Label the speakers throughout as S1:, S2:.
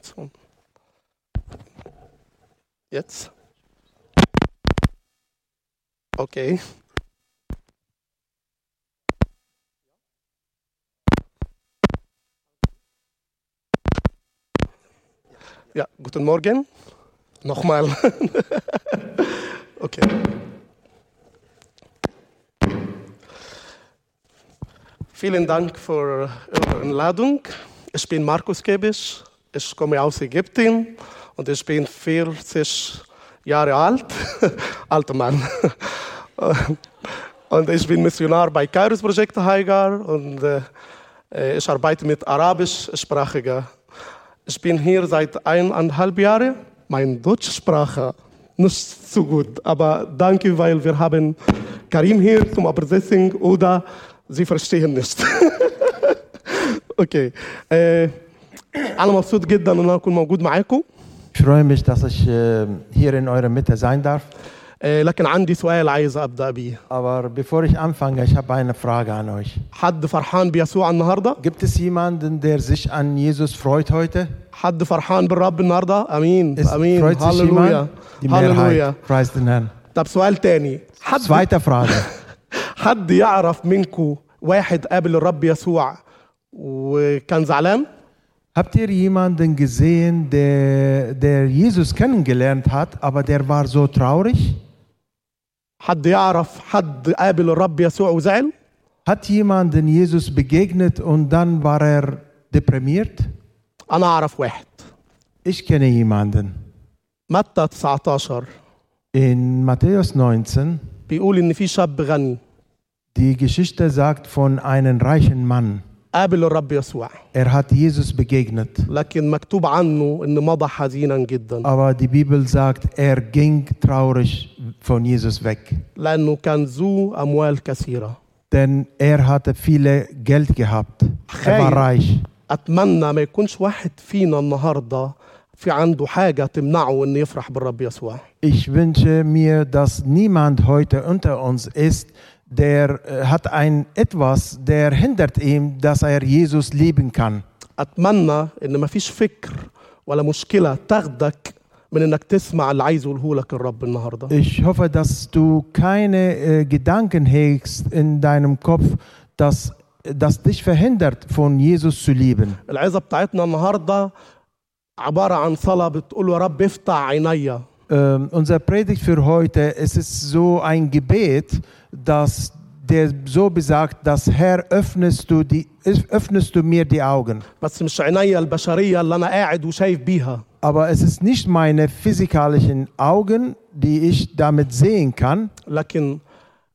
S1: Situation. Jetzt? Okay. Ja, guten Morgen. Nochmal. okay. Vielen Dank für Ihre Einladung. Ich bin Markus Kebisch. Ich komme aus Ägypten und ich bin 40 Jahre alt. Alter Mann. und ich bin Missionar bei Kairos Projekt Haigar und äh, ich arbeite mit arabischsprachiger ich bin hier seit eineinhalb Jahren. Meine Deutschsprache nicht so gut, aber danke, weil wir haben Karim hier zum Übersetzen oder Sie verstehen nicht. okay. Äh, أنا مبسوط جدا إن أنا أكون موجود معاكم
S2: Ich freue mich, dass ich äh, hier in eurer Mitte sein darf.
S1: آه، لكن عندي سؤال عايز أبدأ بيه
S2: Aber bevor ich anfange, ich habe eine Frage an euch.
S1: حد فرحان بيسوع النهاردة؟
S2: Gibt es jemanden, der sich an Jesus freut heute?
S1: حد فرحان بالرب النهاردة؟ أمين
S2: Es
S1: أمين
S2: freut sich
S1: هللويا
S2: jemand? Die
S1: هللويا
S2: Mehrheit. Preis den Herrn.
S1: طب سؤال تاني حد
S2: Zweite Frage.
S1: حد يعرف منكم واحد قابل الرب يسوع وكان زعلان؟
S2: Habt ihr jemanden gesehen, der, der Jesus kennengelernt hat, aber der war so traurig?
S1: حد يعرف حد قابل الرب يسوع وزعل؟
S2: Hat jemanden Jesus begegnet und dann war er deprimiert?
S1: أنا أعرف واحد
S2: Ich kenne jemanden.
S1: متى 19
S2: In Matthäus 19
S1: بيقول إن في شاب غني
S2: Die Geschichte sagt von einem reichen Mann.
S1: قابل الرب يسوع
S2: Er hat Jesus begegnet.
S1: لكن مكتوب عنه إن مضى حزينا جدا
S2: Aber die Bibel sagt, er ging traurig von Jesus weg.
S1: لأنه كان ذو أموال كثيرة
S2: Denn er hatte viele Geld gehabt. Er war
S1: Hey.
S2: reich.
S1: أتمنى ما يكونش واحد فينا النهاردة في عنده حاجة تمنعه إنه يفرح بالرب يسوع
S2: Ich wünsche mir, dass niemand heute unter uns ist, der äh, hat ein etwas, der hindert ihm, dass er Jesus lieben kann.
S1: أتمنى إن ما فيش فكر ولا مشكلة تاخدك من إنك تسمع اللي عايزه يقولهولك الرب النهاردة
S2: Ich hoffe, dass du keine äh, Gedanken hegst in deinem Kopf, dass das dich verhindert, von Jesus zu lieben.
S1: العظة بتاعتنا النهاردة عبارة عن صلاة بتقول يا رب افتح عينيا
S2: Ähm, unser Predigt für heute es ist so ein Gebet, dass der so besagt, dass Herr, öffnest du, die, öffnest du mir die Augen.
S1: بس مش عينيا البشرية اللي أنا قاعد وشايف بيها
S2: Aber es ist nicht meine physikalischen Augen, die ich damit sehen kann,
S1: لكن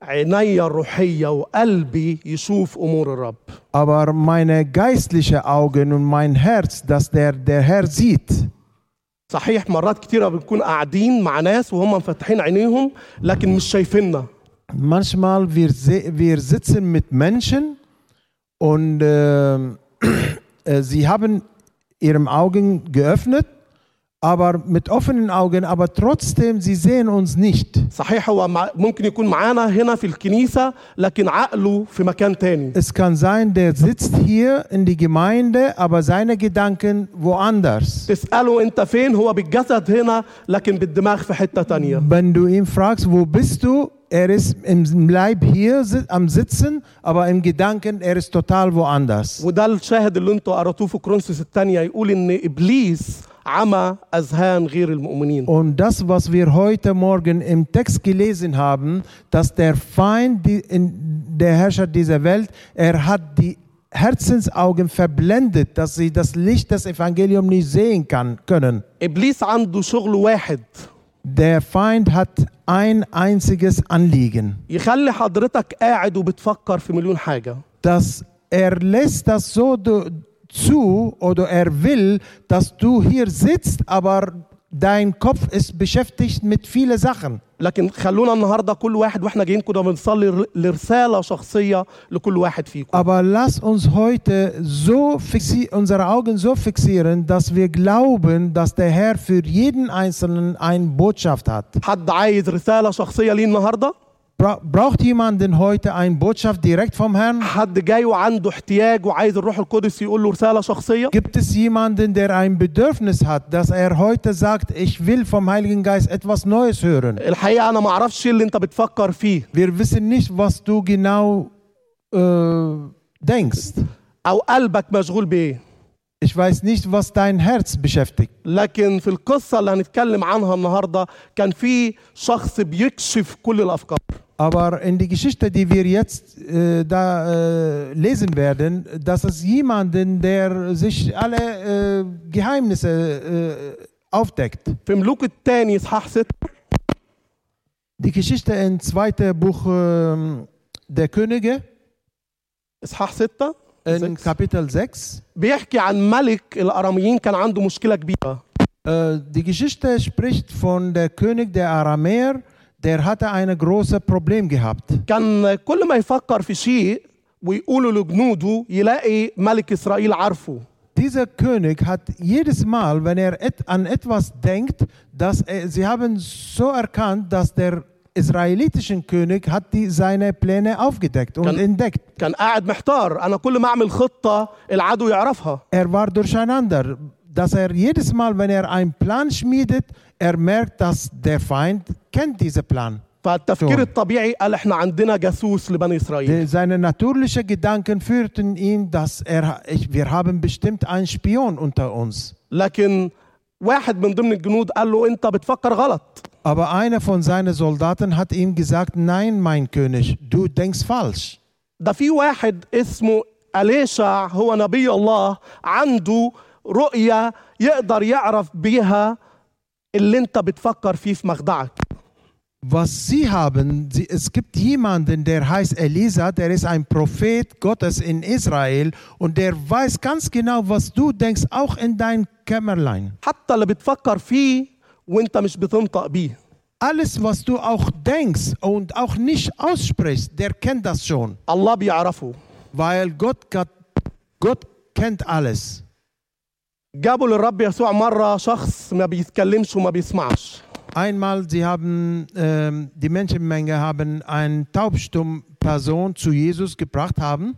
S1: عينيا الروحية وقلبي يشوف أمور الرب
S2: aber meine geistlichen Augen und mein Herz, dass der, der Herr sieht.
S1: صحيح مرات كتيرة بنكون قاعدين مع ناس وهم مفتحين عينيهم لكن مش شايفيننا
S2: manchmal wir, se- wir sitzen mit Menschen und ähm, äh, sie haben ihre Augen geöffnet, aber mit offenen Augen, aber trotzdem sie sehen uns nicht.
S1: صحيح هو مع- ممكن يكون معانا هنا في الكنيسة لكن عقله في مكان تاني
S2: Es kann sein, der sitzt hier in die Gemeinde, aber seine Gedanken woanders.
S1: تسأله أنت فين هو بالجسد هنا لكن بالدماغ في حتة تانية
S2: Wenn du ihn fragst, wo bist du? Er ist im Leib hier si- am Sitzen, aber im Gedanken, er ist total woanders.
S1: وده الشاهد اللي انتوا قراتوه في كرونسوس الثانية يقول ان ابليس عمى اذهان غير المؤمنين
S2: Und das, was wir heute Morgen im Text gelesen haben, dass der Feind, die, in, der Herrscher dieser Welt, er hat die Herzensaugen verblendet, dass sie das Licht des Evangeliums nicht sehen kann, können.
S1: ابليس عنده شغل واحد
S2: Der Feind hat ein einziges Anliegen,
S1: يخلي حضرتك قاعد وبتفكر في مليون حاجة
S2: dass er lässt das so do- zu oder er will, dass du hier sitzt, aber dein Kopf ist beschäftigt mit vielen Sachen.
S1: لكن خلونا النهاردة كل واحد واحنا جايين كنا بنصلي ر- لرسالة شخصية لكل واحد فيكم
S2: Aber lass uns heute so fixi unsere Augen so fixieren, dass wir glauben, dass der Herr für jeden Einzelnen eine Botschaft hat.
S1: حد عايز رسالة شخصية ليه النهاردة
S2: Bra braucht jemanden heute eine Botschaft direkt vom Herrn?
S1: حد جاي وعنده احتياج وعايز الروح القدس يقول له رسالة شخصية
S2: Gibt es jemanden, der ein Bedürfnis hat, dass er heute sagt, ich will vom Heiligen Geist etwas Neues hören?
S1: الحقيقة أنا ما أعرفش اللي أنت بتفكر فيه
S2: Wir wissen nicht, was du genau äh, denkst.
S1: أو قلبك مشغول بإيه
S2: Ich weiß nicht, was dein Herz beschäftigt.
S1: لكن في القصة اللي هنتكلم عنها النهاردة كان في شخص بيكشف كل الأفكار
S2: Aber in die Geschichte, die wir jetzt äh, da äh, lesen werden, dass es jemanden, der sich alle äh, Geheimnisse äh, aufdeckt.
S1: في ملوك الثاني إصحاح 6
S2: Die Geschichte im zweiten Buch ähm, der Könige,
S1: إصحاح 6
S2: in
S1: Sechs.
S2: Kapitel 6,
S1: بيحكي عن ملك الأراميين كان عنده مشكلة كبيرة
S2: äh, die Geschichte spricht von der König der Aramäer, der hatte ein großes Problem gehabt.
S1: كان كل ما يفكر في شيء ويقوله لجنوده يلاقي ملك إسرائيل عارفه
S2: Dieser König hat jedes Mal, wenn er et an etwas denkt, dass er, sie haben so erkannt, dass der israelitische König hat die, seine Pläne aufgedeckt und
S1: Kann-
S2: entdeckt.
S1: كان قاعد محتار أنا كل ما أعمل خطة العدو يعرفها
S2: Er war durcheinander, dass er jedes Mal, wenn er einen Plan schmiedet, er merkt, dass der Feind kennt diesen Plan.
S1: فالتفكير
S2: Sure.
S1: الطبيعي قال إحنا عندنا جاسوس لبني إسرائيل
S2: Die- Seine natürlichen Gedanken führten ihn, dass er, ich, wir haben bestimmt einen Spion unter uns.
S1: لكن واحد من ضمن الجنود قال له أنت بتفكر غلط
S2: Aber einer von seinen Soldaten hat ihm gesagt, nein, mein König, du denkst falsch.
S1: ده في واحد اسمه أليشع هو نبي الله عنده رؤية يقدر يعرف بيها اللي انت بتفكر فيه في مخدعك
S2: Was sie haben, sie, es gibt jemanden, der heißt Elisa, der ist ein Prophet Gottes in Israel und der weiß ganz genau, was du denkst, auch in dein Kämmerlein.
S1: حتى اللي بتفكر فيه وانت مش بتنطق بيه
S2: Alles, was du auch denkst und auch nicht aussprichst, der kennt das schon,
S1: الله بيعرفه
S2: weil Gott, Gott, Gott kennt alles.
S1: جابوا للرب يسوع مرة شخص ما بيتكلمش وما بيسمعش
S2: Einmal, sie haben, ähm, die Menschenmenge haben eine taubstumme Person zu Jesus gebracht haben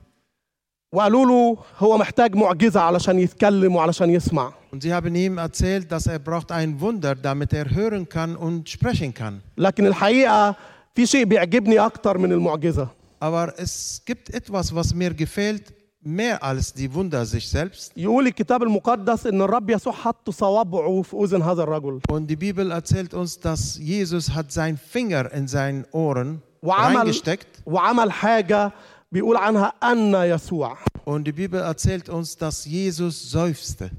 S1: وقالوا له هو محتاج معجزة علشان يتكلم وعلشان يسمع
S2: und sie haben ihm erzählt, dass er braucht ein Wunder, damit er hören kann und sprechen kann.
S1: لكن الحقيقة في شيء بيعجبني أكتر من المعجزة
S2: Aber es gibt etwas, was mir gefällt, mehr als die Wunder sich selbst.
S1: يقول الكتاب المقدس ان الرب يسوع حط صوابعه في اذن هذا الرجل
S2: Und die Bibel erzählt uns, dass Jesus hat seinen Finger in seinen Ohren
S1: وعمل
S2: reingesteckt.
S1: وعمل حاجه بيقول عنها ان يسوع
S2: Und die Bibel erzählt uns, dass Jesus seufzte.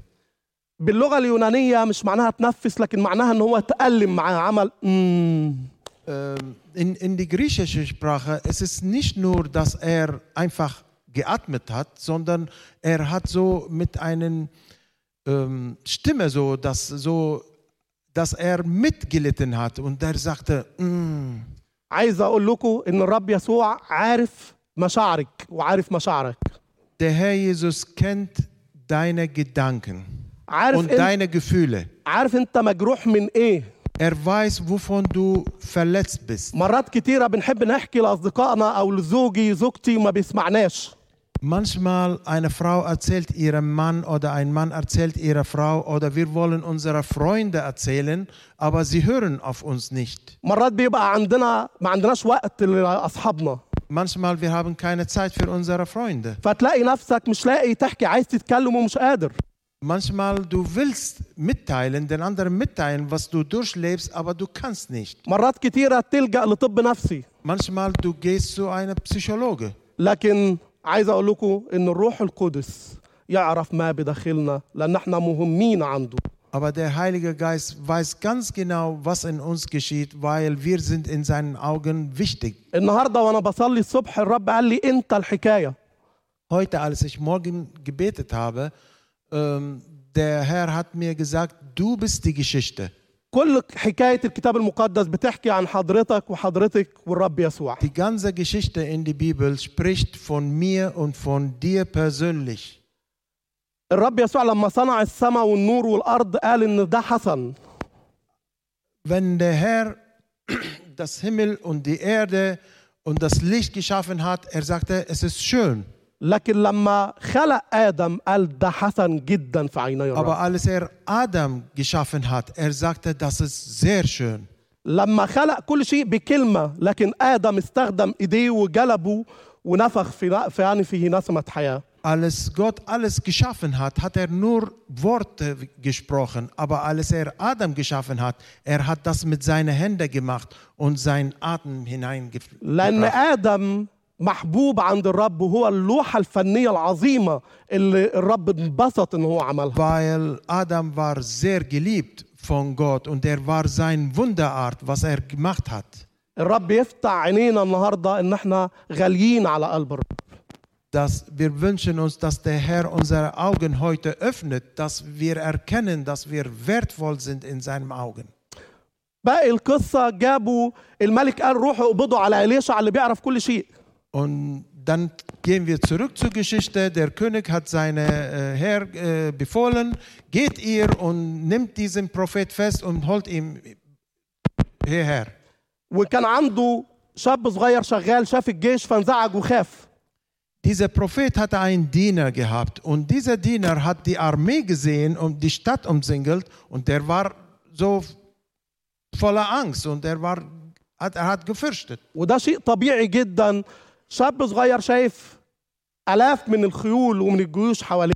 S1: باللغه اليونانيه مش معناها تنفس لكن معناها ان هو تألم معاه عمل "أمم". مم.
S2: Ähm, in, in die griechische Sprache es ist nicht nur, dass er einfach geatmet hat, sondern er hat so mit einer ähm, Stimme so, dass, so, dass er mitgelitten hat und er sagte, "Mm."
S1: عايز اقول لكم ان الرب يسوع عارف مشاعرك وعارف مشاعرك
S2: der Herr Jesus kennt deine Gedanken
S1: عارف
S2: und
S1: انت,
S2: deine Gefühle.
S1: عارف انت مجروح من ايه
S2: Er weiß, wovon du verletzt bist.
S1: مرات كتيره بنحب نحكي لاصدقائنا او لزوجي زوجتي وما بيسمعناش
S2: Manchmal eine Frau erzählt ihrem Mann oder ein Mann erzählt ihrer Frau oder wir wollen unserer Freunde erzählen, aber sie hören auf uns nicht.
S1: مرات بيبقى عندنا ما عندناش وقت لاصحابنا
S2: Manchmal wir haben keine Zeit für unsere Freunde.
S1: فتلاقي نفسك مش لاقي تحكي عايز تتكلم ومش قادر
S2: Manchmal du willst mitteilen, den anderen mitteilen, was du durchlebst, aber du kannst nicht.
S1: مرات كتيرة تلجأ لطب نفسي
S2: Manchmal du gehst zu einem Psychologe.
S1: لكن عايز اقول لكم ان الروح القدس يعرف ما بداخلنا لان احنا مهمين عنده
S2: Aber der Heilige Geist weiß ganz genau, was in uns geschieht, weil wir sind in seinen Augen wichtig.
S1: النهارده وانا بصلي الصبح الرب قال لي انت الحكايه
S2: Heute, als ich morgen gebetet habe, ähm, der Herr hat mir gesagt, du bist die Geschichte.
S1: كل حكايه الكتاب المقدس بتحكي عن حضرتك وحضرتك والرب يسوع
S2: Die ganze Geschichte in der Bibel spricht von mir und von dir persönlich.
S1: الرب يسوع لما صنع السماء والنور والارض قال ان ده حسن
S2: Wenn der Herr das Himmel und die Erde und das Licht geschaffen hat, er sagte, es ist schön.
S1: لكن لما خلق آدم قال ده حسن جدا في عيني الرب
S2: Aber als er Adam geschaffen hat, er sagte, das ist sehr schön.
S1: لما خلق كل شيء بكلمة لكن آدم استخدم إيديه وجلبه ونفخ في في أنفه نسمة حياة
S2: Als Gott alles geschaffen hat, hat er nur Worte gesprochen. Aber als er Adam geschaffen hat, er hat das mit seinen Händen gemacht und seinen Atem
S1: لأن
S2: hineingebracht.
S1: آدم محبوب عند الرب وهو اللوحة الفنية العظيمة اللي الرب انبسط إن هو عملها
S2: Weil Adam war sehr geliebt von Gott und er war sein Wunderart, was er gemacht hat.
S1: الرب يفتح عينينا النهاردة إن إحنا غاليين على قلب الرب
S2: Dass wir wünschen uns, dass der Herr unsere Augen heute öffnet, dass wir erkennen, dass wir wertvoll sind in seinen Augen.
S1: باقي القصة جابوا الملك قال روحوا اقبضوا على إليشع اللي بيعرف كل شيء
S2: Und dann gehen wir zurück zur Geschichte. Der König hat seine äh, Herr äh, befohlen, geht ihr und nimmt diesen Prophet fest und holt ihn hierher.
S1: وكان عنده شاب صغير شغال شاف الجيش فانزعج وخاف
S2: Dieser Prophet hatte einen Diener gehabt und dieser Diener hat die Armee gesehen und die Stadt umsingelt und der war so voller Angst und er war hat, er hat gefürchtet.
S1: وده شيء طبيعي جدا شاب صغير شايف آلاف من الخيول ومن الجيوش حواليه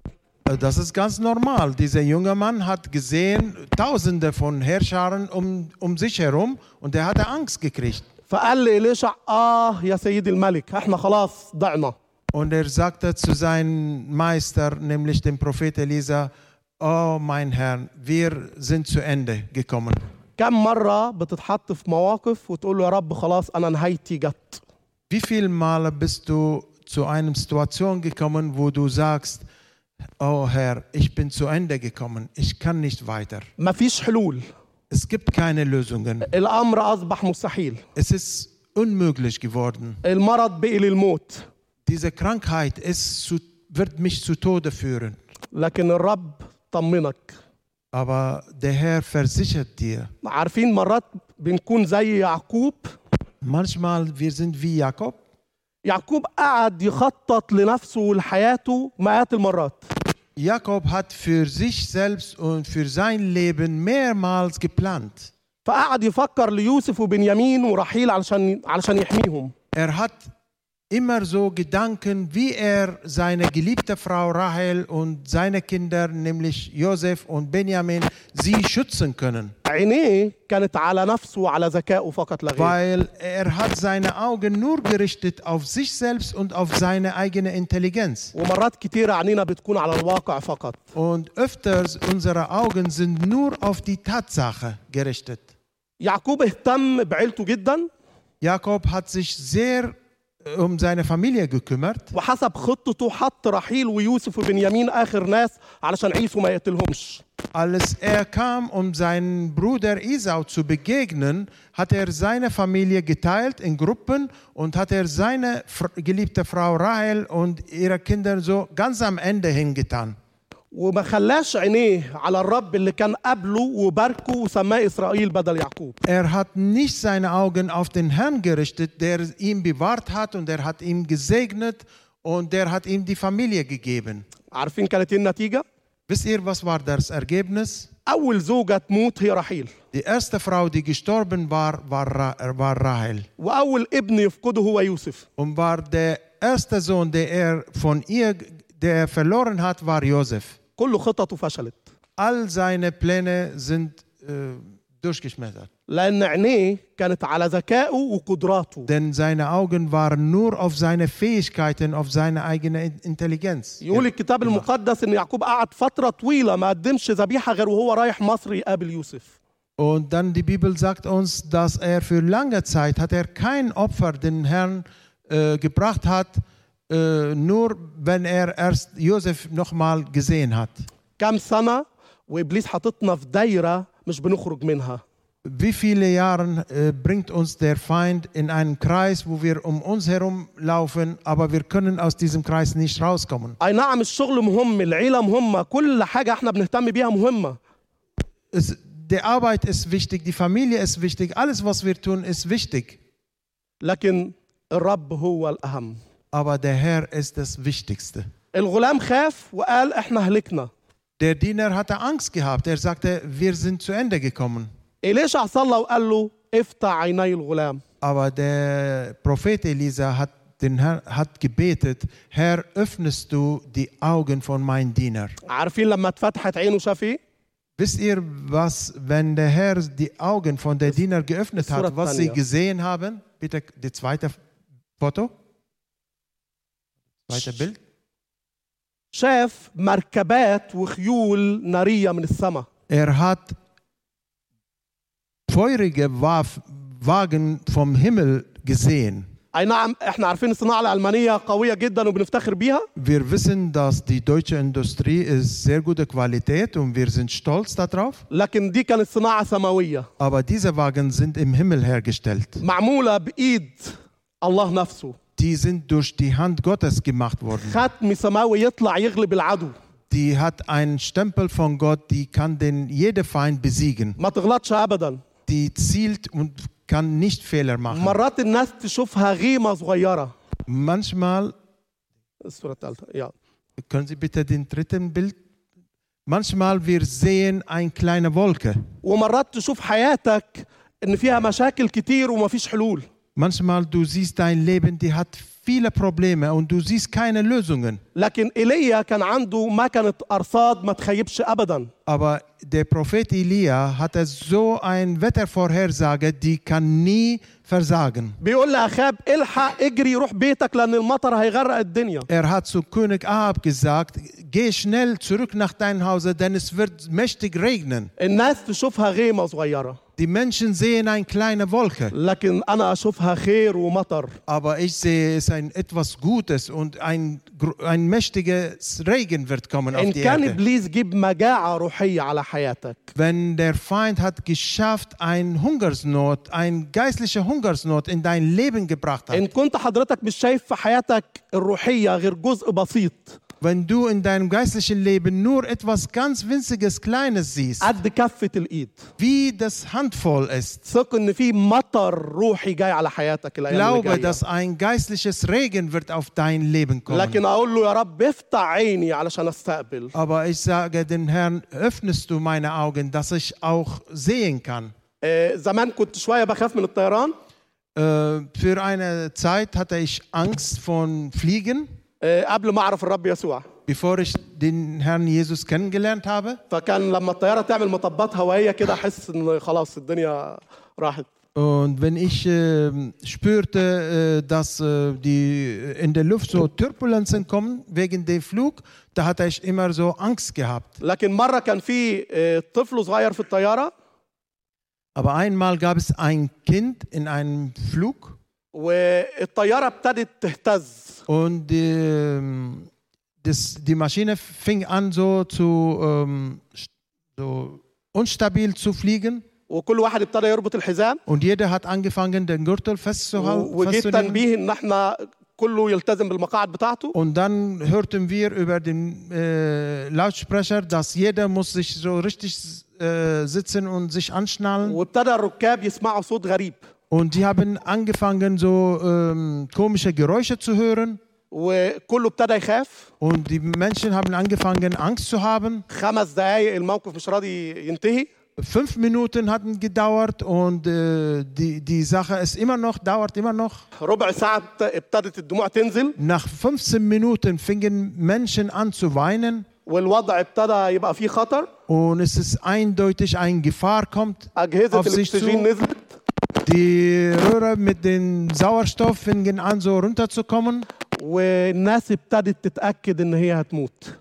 S2: Äh, Das ist ganz normal. Dieser junge Mann hat gesehen Tausende von Herrscharen um, um sich herum und er hatte Angst gekriegt.
S1: فقال لإليشع آه يا سيدي الملك احنا خلاص ضعنا
S2: Und er sagte zu seinem Meister, nämlich dem Prophet Elisa, oh mein Herr, wir sind zu Ende gekommen.
S1: كم مرة بتتحط في مواقف وتقول له يا رب خلاص أنا نهايتي جت
S2: Wie viele Male bist du zu einer Situation gekommen, wo du sagst, oh Herr, ich bin zu Ende gekommen, ich kann nicht weiter.
S1: مفيش حلول
S2: Es gibt keine Lösungen.
S1: الأمر أصبح مستحيل
S2: Es ist unmöglich geworden.
S1: المرض بقي للموت
S2: diese Krankheit ist zu, wird mich zu Tode führen.
S1: لكن الرب طمنك
S2: Aber der Herr versichert dir,
S1: عارفين مرات بنكون زي يعقوب
S2: manchmal wir sind wie Jakob.
S1: يعقوب قعد يخطط لنفسه ولحياته مئات المرات
S2: Jakob hat für sich selbst und für sein Leben mehrmals geplant.
S1: فقعد يفكر ليوسف وبنيامين ورحيل علشان علشان يحميهم
S2: Er hat immer so Gedanken, wie er seine geliebte Frau Rahel und seine Kinder, nämlich Josef und Benjamin, sie schützen können.
S1: عينيه كانت على نفسه وعلى ذكائه فقط لا غير
S2: Weil er hat seine Augen nur gerichtet auf sich selbst und auf seine eigene Intelligenz.
S1: ومرات كتيرة عينينا بتكون على الواقع فقط
S2: Und öfters unsere Augen sind nur auf die Tatsache gerichtet.
S1: يعقوب اهتم بعيلته جدا
S2: Jakob hat sich sehr äh, um seine Familie gekümmert
S1: وحسب خطته حط رحيل ويوسف وبنيامين آخر ناس علشان عيسو ما يقتلهمش
S2: Als er kam, um seinem Bruder Esau zu begegnen, hat er seine Familie geteilt in Gruppen und hat er seine fr geliebte Frau Rahel und ihre Kinder so ganz am Ende hingetan.
S1: وما خلاش عينيه على الرب اللي كان قبله وباركه وسماه إسرائيل بدل يعقوب
S2: Er hat nicht seine Augen auf den Herrn gerichtet, der ihn bewahrt hat und er hat ihn gesegnet und der hat ihm die Familie gegeben.
S1: عارفين كانت ايه النتيجة؟
S2: Wisst ihr, was war das Ergebnis?
S1: أول زوجة تموت هي رحيل
S2: Die erste Frau, die gestorben war, war, Ra war Rahel.
S1: وأول ابن يفقده هو يوسف
S2: Und war der erste Sohn, der er von ihr, der er verloren hat, war Josef.
S1: كل خططه فشلت
S2: All seine Pläne sind äh, durchgeschmettert.
S1: لأن عينيه كانت على ذكائه وقدراته
S2: Denn seine Augen waren nur auf seine Fähigkeiten, auf seine eigene In- Intelligenz.
S1: يقول الكتاب المقدس ان يعقوب قعد فتره طويله ما قدمش ذبيحه غير وهو رايح مصر يقابل يوسف
S2: Und dann die Bibel sagt uns, dass er für lange Zeit hat er kein Opfer den Herrn äh, gebracht hat, äh, nur wenn er erst Josef nochmal gesehen hat.
S1: كام سنه وابليس حاططنا في دايره مش بنخرج منها
S2: Wie viele Jahre äh, bringt uns der Feind in einen Kreis, wo wir um uns herum laufen, aber wir können aus diesem Kreis nicht rauskommen.
S1: اي نعم الشغل مهم العيله مهمه كل حاجه احنا بنهتم بيها مهمه
S2: Es, die Arbeit ist wichtig, die Familie ist wichtig, alles, was wir tun, ist wichtig.
S1: لكن الرب هو الأهم
S2: aber der Herr ist das Wichtigste.
S1: الغلام خاف وقال إحنا هلكنا
S2: Der Diener hatte Angst gehabt. Er sagte, wir sind zu Ende gekommen.
S1: إليشع صلى وقال له افتح عيني الغلام
S2: Aber der Prophet Elisa hat, den Herr, hat gebetet, Herr, öffnest du die Augen von meinem Diener.
S1: عارفين لما اتفتحت عينه شاف إيه؟
S2: Wisst ihr, was, wenn der Herr die Augen von der Diener geöffnet
S1: Surat
S2: hat, was sie
S1: Tanja.
S2: gesehen haben? Bitte die zweite Foto. Zweite Bild.
S1: شاف مركبات وخيول نارية من السماء
S2: Er hat feurige Waf- Wagen vom Himmel gesehen.
S1: أي نعم إحنا عارفين الصناعة الألمانية قوية جدا وبنفتخر بيها
S2: Wir wissen, dass die deutsche Industrie ist sehr gute Qualität und wir sind stolz darauf.
S1: لكن دي كانت صناعة سماوية
S2: Aber diese Wagen sind im Himmel hergestellt.
S1: معمولة بإيد الله نفسه
S2: Die sind durch die Hand Gottes gemacht worden.
S1: ختم سماوي يطلع يغلب العدو
S2: Die hat einen Stempel von Gott, die kann den jede Feind besiegen.
S1: ما تغلطش أبدا
S2: Die zielt und kann nicht Fehler machen.
S1: مرات الناس تشوفها غيمة صغيرة
S2: Manchmal
S1: الصورة الثالثة يا
S2: Können Sie bitte den dritten Bild? Manchmal wir sehen eine kleine Wolke.
S1: ومرات تشوف حياتك إن فيها مشاكل كتير ومفيش حلول
S2: Manchmal du siehst dein Leben, die hat viele Probleme und du siehst keine Lösungen.
S1: لكن ايليا كان عنده مكنه ارصاد ما تخيبش ابدا
S2: Aber der Prophet Elia hatte so eine Wettervorhersage, die kann nie versagen.
S1: بيقول لاخاب الحق اجري روح بيتك لان المطر هيغرق الدنيا
S2: Er hat zu König Ahab gesagt, geh schnell zurück nach deinem Hause, denn es wird mächtig regnen.
S1: الناس تشوفها غيمه صغيره
S2: Die Menschen sehen eine kleine Wolke,
S1: لكن انا اشوفها خير ومطر
S2: aber ich sehe es ein etwas Gutes und ein, gro- ein mächtiges Regen wird kommen auf
S1: ان
S2: die
S1: كان
S2: Erde.
S1: ابليس جيب مجاعه روحيه على حياتك
S2: Wenn der Feind hat geschafft, ein Hungersnot, ein geistliche Hungersnot in dein Leben gebracht hat,
S1: ان كنت حضرتك مش شايف في حياتك الروحيه غير جزء بسيط
S2: Wenn du in deinem geistlichen Leben nur etwas ganz winziges Kleines siehst,
S1: قد كفه الايد
S2: wie das handvoll ist,
S1: ثق ان في مطر روحي جاي على حياتك الايام اللي
S2: glaube,
S1: جايه
S2: dass ein geistliches Regen wird auf dein Leben kommen.
S1: لكن اقول له يا رب افتح عيني علشان استقبل
S2: Aber ich sage dem Herrn, öffnest du meine Augen, dass ich auch sehen kann.
S1: آه، زمان كنت شويه بخاف من الطيران
S2: Äh, für eine Zeit hatte ich Angst von Fliegen,
S1: آه، قبل ما اعرف الرب يسوع
S2: bevor ich den Herrn Jesus kennengelernt habe.
S1: فكان لما الطياره تعمل مطبات هوائيه كده احس ان خلاص الدنيا راحت
S2: Und wenn ich ähm, spürte, äh, dass äh, die in der Luft so Turbulenzen kommen wegen dem Flug, da hatte ich immer so Angst gehabt.
S1: لكن مره كان في آه، طفل صغير في الطياره
S2: Aber einmal gab es ein Kind in einem Flug
S1: والطياره ابتدت تهتز
S2: und ähm, das, die Maschine fing an so zu ähm, st- so unstabil zu fliegen
S1: وكل واحد ابتدى يربط الحزام
S2: und jeder hat angefangen, den Gürtel festzuhalten.
S1: و- وجه
S2: festzunehmen.
S1: تنبيه ان احنا كله يلتزم بالمقاعد بتاعته
S2: Und dann hörten wir über den äh, Lautsprecher, dass jeder muss sich so richtig äh, sitzen und sich anschnallen.
S1: وابتدى الركاب يسمعوا صوت غريب
S2: Und die haben angefangen, so ähm, komische Geräusche zu hören.
S1: وكله ابتدى يخاف
S2: Und die Menschen haben angefangen, Angst zu haben.
S1: خمس دقايق الموقف مش راضي ينتهي
S2: Fünf Minuten hatten gedauert und äh, die, die Sache ist immer noch, dauert immer noch.
S1: ربع ساعة ابت- ابتدت الدموع تنزل
S2: Nach 15 Minuten fingen Menschen an zu weinen
S1: والوضع ابتدى يبقى فيه خطر
S2: und es ist eindeutig, eine Gefahr kommt
S1: أجهزة
S2: auf sich zu.
S1: الأكسجين نزلت
S2: Die Röhre mit dem Sauerstoff fingen an, so runterzukommen.
S1: والناس ابتدت تتأكد إن هي هتموت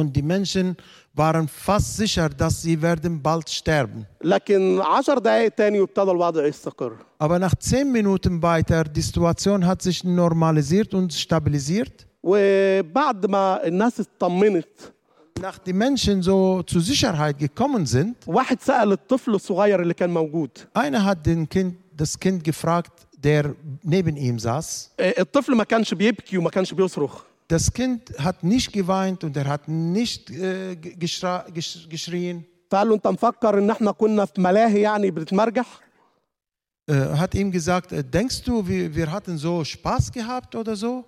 S2: Und die Menschen waren fast sicher, dass sie werden bald sterben.
S1: لكن عشر دقايق تاني وابتدى الوضع يستقر
S2: Aber nach zehn Minuten weiter, die Situation hat sich normalisiert und stabilisiert.
S1: وبعد ما الناس اطمنت
S2: Nach die Menschen so zur Sicherheit gekommen sind,
S1: واحد سأل الطفل الصغير اللي كان موجود
S2: einer hat den kind, das Kind gefragt, der neben ihm saß.
S1: آه، الطفل ما كانش بيبكي وما كانش بيصرخ
S2: Das Kind hat nicht geweint und er hat nicht äh, ge- geschra- gesch- geschrien.
S1: فقال له أنت مفكر إن إحنا كنا في ملاهي يعني بنتمرجح
S2: äh, hat ihm gesagt, äh, denkst du, wir, wir hatten so Spaß gehabt oder so?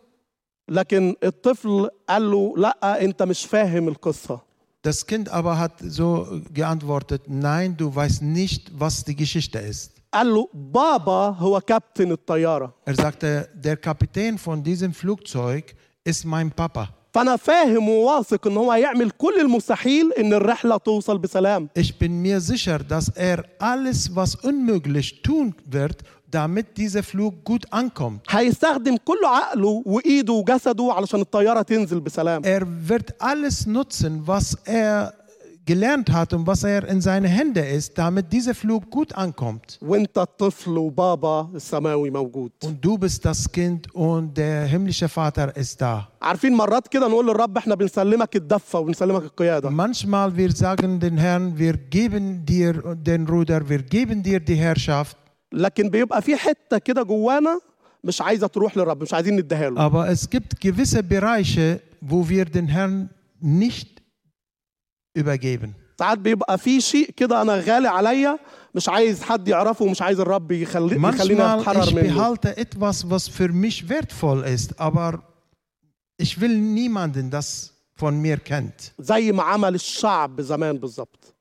S1: لكن الطفل قال له لا انت مش فاهم القصه
S2: Das Kind aber hat so geantwortet, nein, du weißt nicht, was die Geschichte ist.
S1: قال له بابا هو كابتن الطياره
S2: Er sagte, der Kapitän von diesem Flugzeug ist mein Papa.
S1: فانا فاهم وواثق ان هو هيعمل كل المستحيل ان الرحله توصل بسلام
S2: Ich bin mir sicher, dass er alles, was unmöglich tun wird, damit dieser Flug gut ankommt.
S1: هيستخدم كل عقله وايده وجسده علشان الطياره تنزل بسلام
S2: Er wird alles nutzen, was er gelernt hat und was er in seine Hände ist, damit dieser Flug gut ankommt.
S1: وانت الطفل وبابا السماوي موجود
S2: Und du bist das Kind und der himmlische Vater ist da.
S1: عارفين مرات كده نقول للرب احنا بنسلمك الدفه وبنسلمك القياده
S2: Manchmal wir sagen den Herrn, wir geben dir den Ruder, wir geben dir die Herrschaft,
S1: لكن بيبقى في حته كده جوانا مش عايزه تروح للرب مش عايزين نديها له
S2: aber es gibt gewisse Bereiche, wo wir den Herrn nicht übergeben.
S1: ساعات بيبقى في شيء كده انا غالي عليا مش عايز حد يعرفه ومش عايز الرب يخلي يخليني
S2: Manchmal ich
S1: اتحرر منه
S2: behalte etwas, was für mich wertvoll ist, aber ich will niemanden, das von mir kennt.
S1: زي ما عمل الشعب زمان بالظبط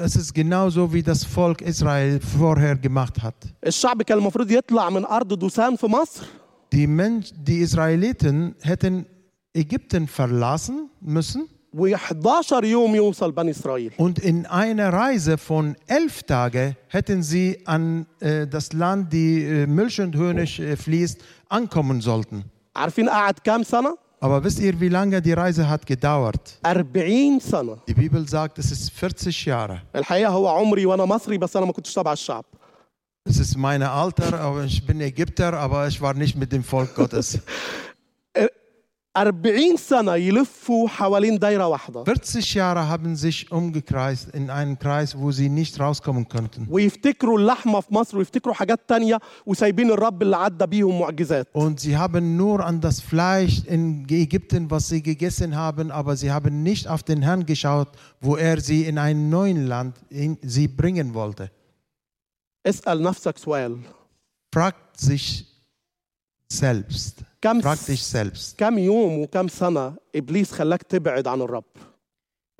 S2: Es ist genauso, wie das Volk Israel vorher gemacht hat.
S1: الشعب كان المفروض يطلع من ارض دوسان في مصر
S2: Die, Mensch, die Israeliten hätten Ägypten verlassen müssen
S1: و11 يوم يوصل بني اسرائيل
S2: und in einer Reise von elf Tagen hätten sie an äh, das Land, die äh, Milch und Honig äh, fließt, ankommen sollten.
S1: عارفين قعد كام سنه
S2: Aber wisst ihr, wie lange die Reise hat gedauert?
S1: 40 سنه
S2: Die Bibel sagt, es ist 40 Jahre.
S1: الحقيقه هو عمري وانا مصري بس انا ما كنتش تبع الشعب
S2: Es ist mein Alter, aber ich bin Ägypter, aber ich war nicht mit dem Volk Gottes.
S1: 40 سنه يلفوا حوالين دايره واحده
S2: 40 Jahre haben sich umgekreist in einen Kreis, wo sie nicht rauskommen konnten.
S1: ويفتكروا اللحمه في مصر ويفتكروا حاجات تانية وسايبين الرب اللي عدى بيهم معجزات
S2: Und sie haben nur an das Fleisch in Ägypten, was sie gegessen haben, aber sie haben nicht auf den Herrn geschaut, wo er sie in ein neues Land in, sie bringen wollte.
S1: اسال نفسك سؤال
S2: Fragt sich selbst.
S1: كم
S2: Fragt dich selbst.
S1: كم يوم وكم سنه ابليس خلاك تبعد عن الرب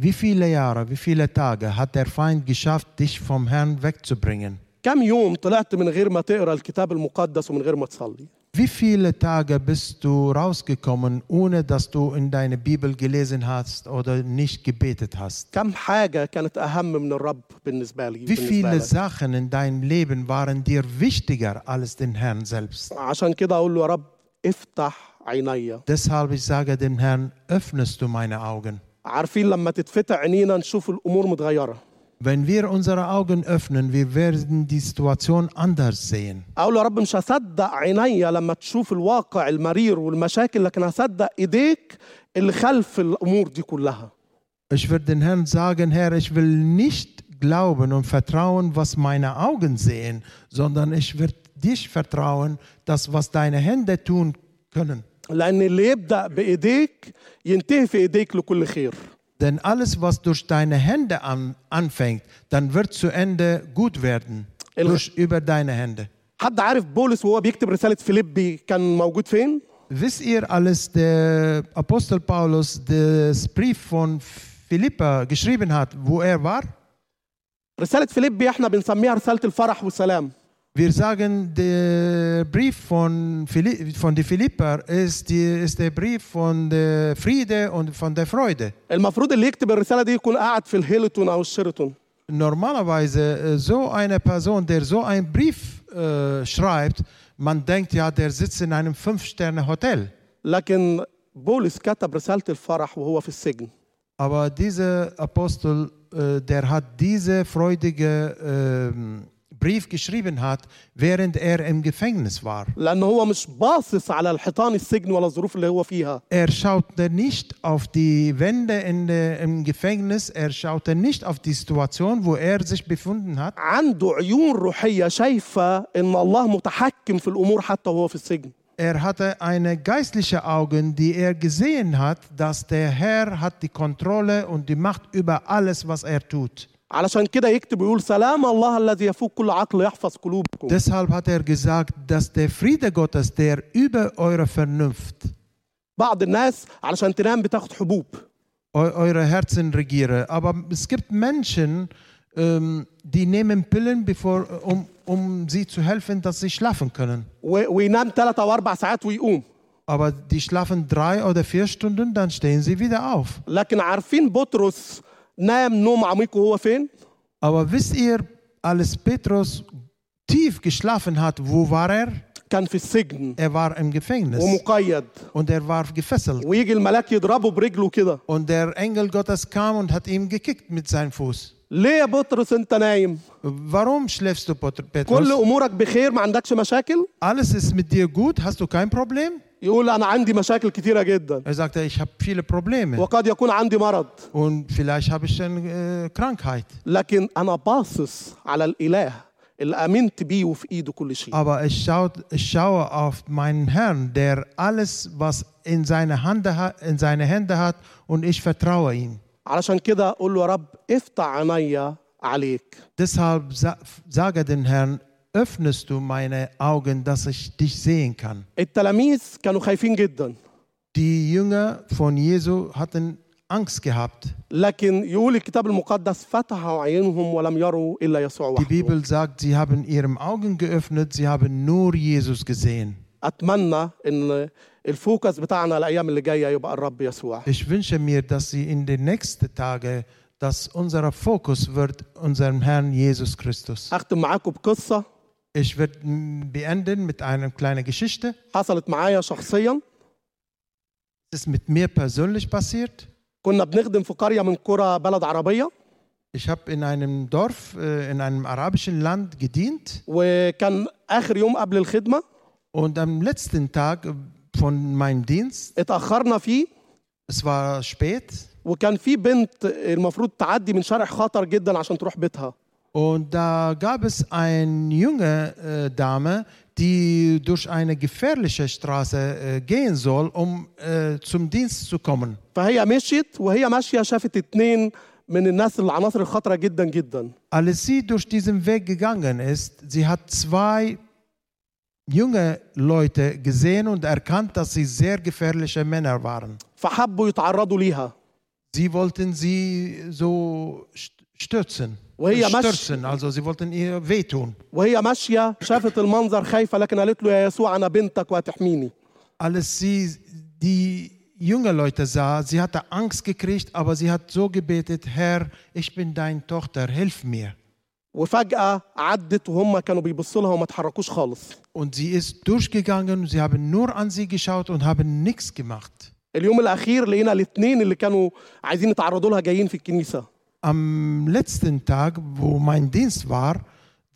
S2: Wie viele Jahre, wie viele Tage hat der Feind geschafft, dich vom Herrn wegzubringen?
S1: كم يوم طلعت من غير ما تقرا الكتاب المقدس ومن غير ما تصلي
S2: Wie viele Tage bist du rausgekommen, ohne dass du in deine Bibel gelesen hast oder nicht gebetet hast?
S1: كم حاجه كانت اهم من الرب بالنسبه لي
S2: Wie
S1: بالنسبة
S2: viele
S1: لك؟
S2: Sachen in deinem Leben waren dir wichtiger als den Herrn selbst?
S1: عشان كده اقول له يا رب افتح عينيا
S2: Deshalb ich sage dem Herrn, öffnest du meine Augen.
S1: عارفين لما تتفتح عينينا نشوف الامور متغيره
S2: Wenn wir unsere Augen öffnen, wir werden die Situation anders sehen.
S1: اقول له يا رب مش هصدق عينيا لما تشوف الواقع المرير والمشاكل لكن هصدق ايديك اللي خلف الامور دي كلها
S2: Ich werde den Herrn sagen, Herr, ich will nicht glauben und vertrauen, was meine Augen sehen, sondern ich werde dich vertrauen, das, was deine Hände tun können.
S1: لان اللي يبدا بايديك ينتهي في ايديك لكل خير
S2: Denn alles, was durch deine Hände an, anfängt, dann wird zu Ende gut werden.
S1: El-
S2: Durch über deine Hände.
S1: حد عارف بولس وهو بيكتب رساله فيليبي كان موجود فين
S2: Wisst ihr alles, der Apostel Paulus das Brief von Philippa geschrieben hat, wo er war?
S1: رساله فيليبي احنا بنسميها رساله الفرح والسلام
S2: Wir sagen, der Brief von, Phili von den Philipper ist, die, ist der Brief von der Friede und von der Freude.
S1: المفروض اللي يكتب الرساله دي يكون قاعد في الهيلتون او الشيرتون
S2: Normalerweise, äh, so eine Person, der so einen Brief äh, schreibt, man denkt ja, der sitzt in einem Fünf-Sterne-Hotel.
S1: لكن بولس كتب رساله الفرح وهو في السجن
S2: Aber dieser Apostel, äh, der hat diese freudige ähm, Brief geschrieben hat, während er im Gefängnis war.
S1: لان هو مش باصص على الحيطان السجن ولا الظروف اللي هو فيها
S2: Er schaute nicht auf die Wände in der, im Gefängnis, er schaute nicht auf die Situation, wo er sich befunden hat.
S1: عنده عيون روحيه شايفه ان الله متحكم في الامور حتى وهو في السجن
S2: Er hatte eine geistliche Augen, die er gesehen hat, dass der Herr hat die Kontrolle und die Macht über alles, was er tut.
S1: علشان كده يكتب ويقول سلام الله الذي يفوق كل عقل يحفظ قلوبكم
S2: Deshalb hat er gesagt, dass der Friede Gottes, der über eure Vernunft,
S1: بعض الناس علشان تنام بتاخد حبوب
S2: eu eure Herzen regiere. Aber es gibt Menschen, ähm, die nehmen Pillen, bevor, um, um sie zu helfen, dass sie schlafen können.
S1: و- وينام ثلاثة واربع ساعات ويقوم
S2: Aber die schlafen drei oder vier Stunden, dann stehen sie wieder auf.
S1: لكن عارفين بطرس نام نوم عميق وهو فين
S2: Aber wisst ihr, als Petrus tief geschlafen hat, wo war er?
S1: كان في السجن
S2: Er war im Gefängnis
S1: ومقيد
S2: und er war gefesselt.
S1: ويجي الملاك يضربه برجله كده
S2: Und der Engel Gottes kam und hat ihm gekickt mit seinem Fuß.
S1: ليه يا بطرس انت نايم
S2: Warum schläfst du, Pot-
S1: كل
S2: Petrus?
S1: امورك بخير ما عندكش مشاكل
S2: Alles ist mit dir gut, hast du kein Problem?
S1: يقول انا عندي مشاكل كتيره جدا
S2: Er sagte, ich habe viele Probleme
S1: وقد يكون عندي مرض
S2: und vielleicht habe ich eine äh, Krankheit.
S1: لكن انا باصص على الاله اللي امنت بيه وفي ايده كل شيء
S2: Aber ich, schaut, ich schaue auf meinen Herrn, der alles, was in seine, Hand, ha- in seine Hände hat und ich vertraue ihm.
S1: علشان كده اقول له يا رب افتح عينيا عليك
S2: Deshalb sa sage den Herrn, öffnest du meine Augen, dass ich dich sehen kann.
S1: التلاميذ كانوا خايفين جدا
S2: Die Jünger von Jesu hatten Angst gehabt.
S1: لكن يقول الكتاب المقدس فتحوا عينهم ولم يروا الا يسوع
S2: Die
S1: وحده
S2: Bibel sagt, sie haben ihren Augen geöffnet, sie haben nur Jesus gesehen.
S1: اتمنى ان الفوكس بتاعنا الايام اللي جايه يبقى الرب يسوع
S2: Ich wünsche mir, dass sie in den nächsten Tagen, dass unser Fokus wird unserem Herrn Jesus Christus.
S1: اختم معاكم بقصه
S2: Ich werde mm, beenden mit einer kleinen Geschichte.
S1: حصلت معايا شخصيا
S2: Es ist mit mir persönlich passiert.
S1: كنا بنخدم في قريه من قرى بلد عربيه
S2: Ich habe in einem Dorf, äh, in einem arabischen Land gedient
S1: وكان اخر يوم قبل الخدمه
S2: und am letzten Tag äh, von meinem Dienst,
S1: اتاخرنا فيه
S2: es war spät,
S1: وكان في بنت المفروض تعدي من شارع خطر جدا عشان تروح بيتها
S2: Und da gab es eine junge äh, Dame, die durch eine gefährliche Straße äh, gehen soll, um äh, zum Dienst zu kommen.
S1: فهي مشيت وهي ماشيه شافت اتنين من الناس العناصر الخطره جدا جدا
S2: Als sie durch diesen Weg gegangen ist, sie hat zwei junge Leute gesehen und erkannt, dass sie sehr gefährliche Männer waren.
S1: فحبوا يتعرضوا ليها
S2: Sie wollten sie so st- stürzen.
S1: وهي ماشية-
S2: Stürzen, also sie wollten ihr wehtun.
S1: وهي ماشيه شافت المنظر خايفه لكن قالت له يا يسوع انا بنتك وهتحميني
S2: als sie die jungen Leute sah, sie hatte Angst gekriegt, aber sie hat so gebetet, Herr, ich bin deine Tochter, hilf mir.
S1: وفجاه عدت وهم كانوا بيبصوا لها وما اتحركوش خالص
S2: Und sie ist durchgegangen, sie haben nur an sie geschaut und haben nichts gemacht.
S1: اليوم الاخير لقينا الاثنين اللي كانوا عايزين يتعرضوا لها جايين في الكنيسه
S2: Am letzten Tag, wo mein Dienst war,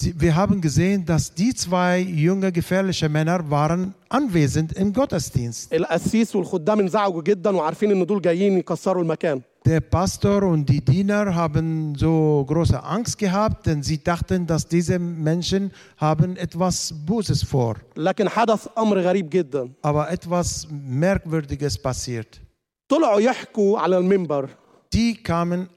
S2: sie- wir haben gesehen, dass die zwei junge, gefährliche Männer waren anwesend im Gottesdienst.
S1: القسيس والخدام انزعجوا جدا وعارفين ان دول جايين يكسروا المكان
S2: Der Pastor und die Diener haben so große Angst gehabt, denn sie dachten, dass diese Menschen haben etwas Böses vor.
S1: لكن حدث امر غريب جدا
S2: Aber etwas Merkwürdiges passiert.
S1: طلعوا يحكوا على المنبر
S2: Die kamen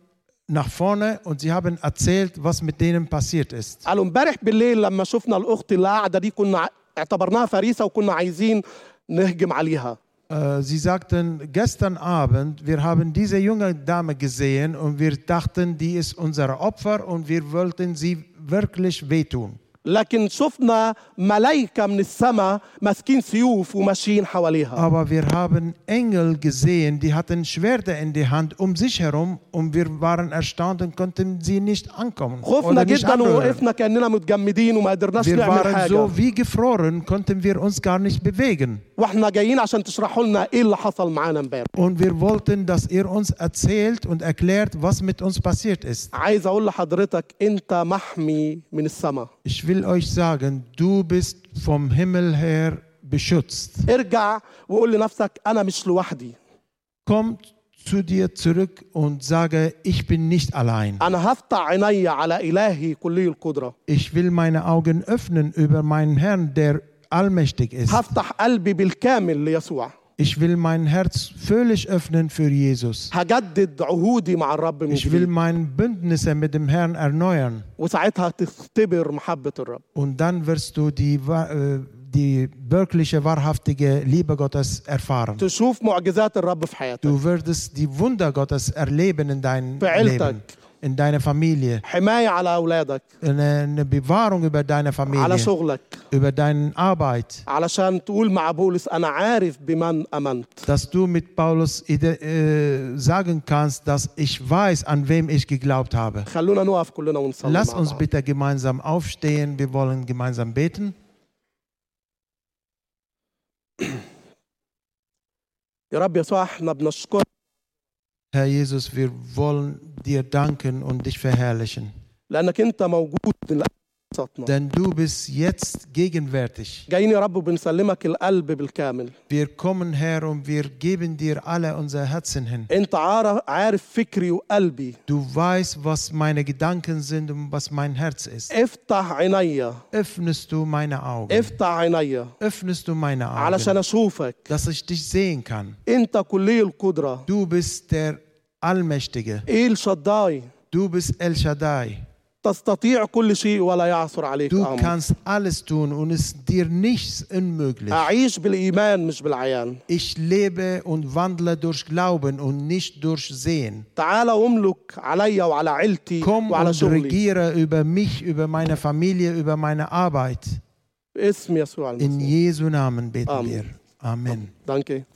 S2: nach vorne und sie haben erzählt, was mit denen passiert ist.
S1: قالوا امبارح بالليل لما شفنا الاخت اللي قاعده دي كنا ع- اعتبرناها فريسه وكنا عايزين نهجم عليها
S2: Äh, Sie sagten, gestern Abend, wir haben diese junge Dame gesehen und wir dachten, die ist unser Opfer und wir wollten sie wirklich wehtun.
S1: لكن شفنا ملايكه من السماء ماسكين سيوف وماشيين حواليها
S2: Aber wir haben Engel gesehen, die hatten Schwerter in die Hand um sich herum und wir waren erstaunt und konnten sie nicht ankommen.
S1: خفنا
S2: oder nicht
S1: جدا
S2: anrühren.
S1: ووقفنا كاننا متجمدين وما قدرناش
S2: Wir
S1: نعمل
S2: waren
S1: حاجه
S2: so wie gefroren, konnten wir uns gar nicht bewegen.
S1: واحنا جايين عشان تشرحوا لنا ايه اللي حصل معانا امبارح
S2: Und wir wollten, dass ihr uns erzählt und erklärt, was mit uns passiert ist.
S1: عايز اقول لحضرتك انت محمي من السماء
S2: Ich will euch sagen, du bist vom Himmel her beschützt.
S1: ارجع وقول لنفسك انا مش لوحدي
S2: Komm zu dir zurück und sage, ich bin nicht allein.
S1: انا هفتح عيني على الهي كلي القدره
S2: Ich will meine Augen öffnen über meinen Herrn, der allmächtig ist.
S1: هفتح قلبي بالكامل ليسوع
S2: Ich will mein Herz völlig öffnen für Jesus.
S1: هجدد عهودي مع الرب من
S2: Ich will
S1: جديد
S2: meine Bündnisse mit dem Herrn erneuern.
S1: وساعتها تختبر محبة الرب
S2: Und dann wirst du die, wa- äh, die wirkliche, wahrhaftige Liebe Gottes erfahren.
S1: تشوف معجزات الرب في حياتك
S2: Du wirst die Wunder Gottes erleben in deinem
S1: Verältet.
S2: Leben, in deiner Familie,
S1: حماية على أولادك
S2: eine, eine Bewahrung über deine
S1: على
S2: Familie,
S1: شغلك
S2: über deine Arbeit,
S1: علشان تقول مع بولس أنا عارف بمن آمنت
S2: dass du mit Paulus ide- äh, sagen kannst, dass ich weiß, an wem ich geglaubt habe.
S1: خلونا نقف كلنا ونصلي
S2: Lass
S1: مع
S2: uns
S1: بعض.
S2: bitte gemeinsam aufstehen, wir wollen gemeinsam beten.
S1: يا رب يسوع احنا بنشكرك
S2: Herr Jesus, wir wollen dir danken und dich verherrlichen,
S1: لأنك أنت موجود الآن في وسطنا
S2: denn du bist jetzt gegenwärtig.
S1: جايين يا رب بنسلمك القلب بالكامل
S2: Wir kommen her und wir geben dir alle unser Herzen hin.
S1: أنت عار- عارف فكري وقلبي
S2: Du weißt, was meine Gedanken sind und was mein Herz ist.
S1: افتح عينيا
S2: Öffnest du meine Augen.
S1: افتح عينيا
S2: Öffnest du meine
S1: علشان
S2: Augen,
S1: أشوفك
S2: dass ich dich sehen kann.
S1: أنت كلي القدرة
S2: Du bist der Allmächtige.
S1: إيه الشداي
S2: Du bist El Shaddai.
S1: تستطيع كل شيء ولا يعثر عليك
S2: Du
S1: أمر
S2: kannst alles tun und es ist dir nichts unmöglich.
S1: أعيش بالإيمان مش بالعيان
S2: Ich lebe und wandle durch Glauben und nicht durch Sehen.
S1: تعال واملك عليا وعلى عيلتي
S2: Komm
S1: وعلى
S2: und
S1: شغلي
S2: regiere über mich, über meine Familie, über meine Arbeit.
S1: باسم يسوع
S2: In
S1: المسيح
S2: Jesu Namen beten
S1: Amen.
S2: wir. Amen.
S1: دانكي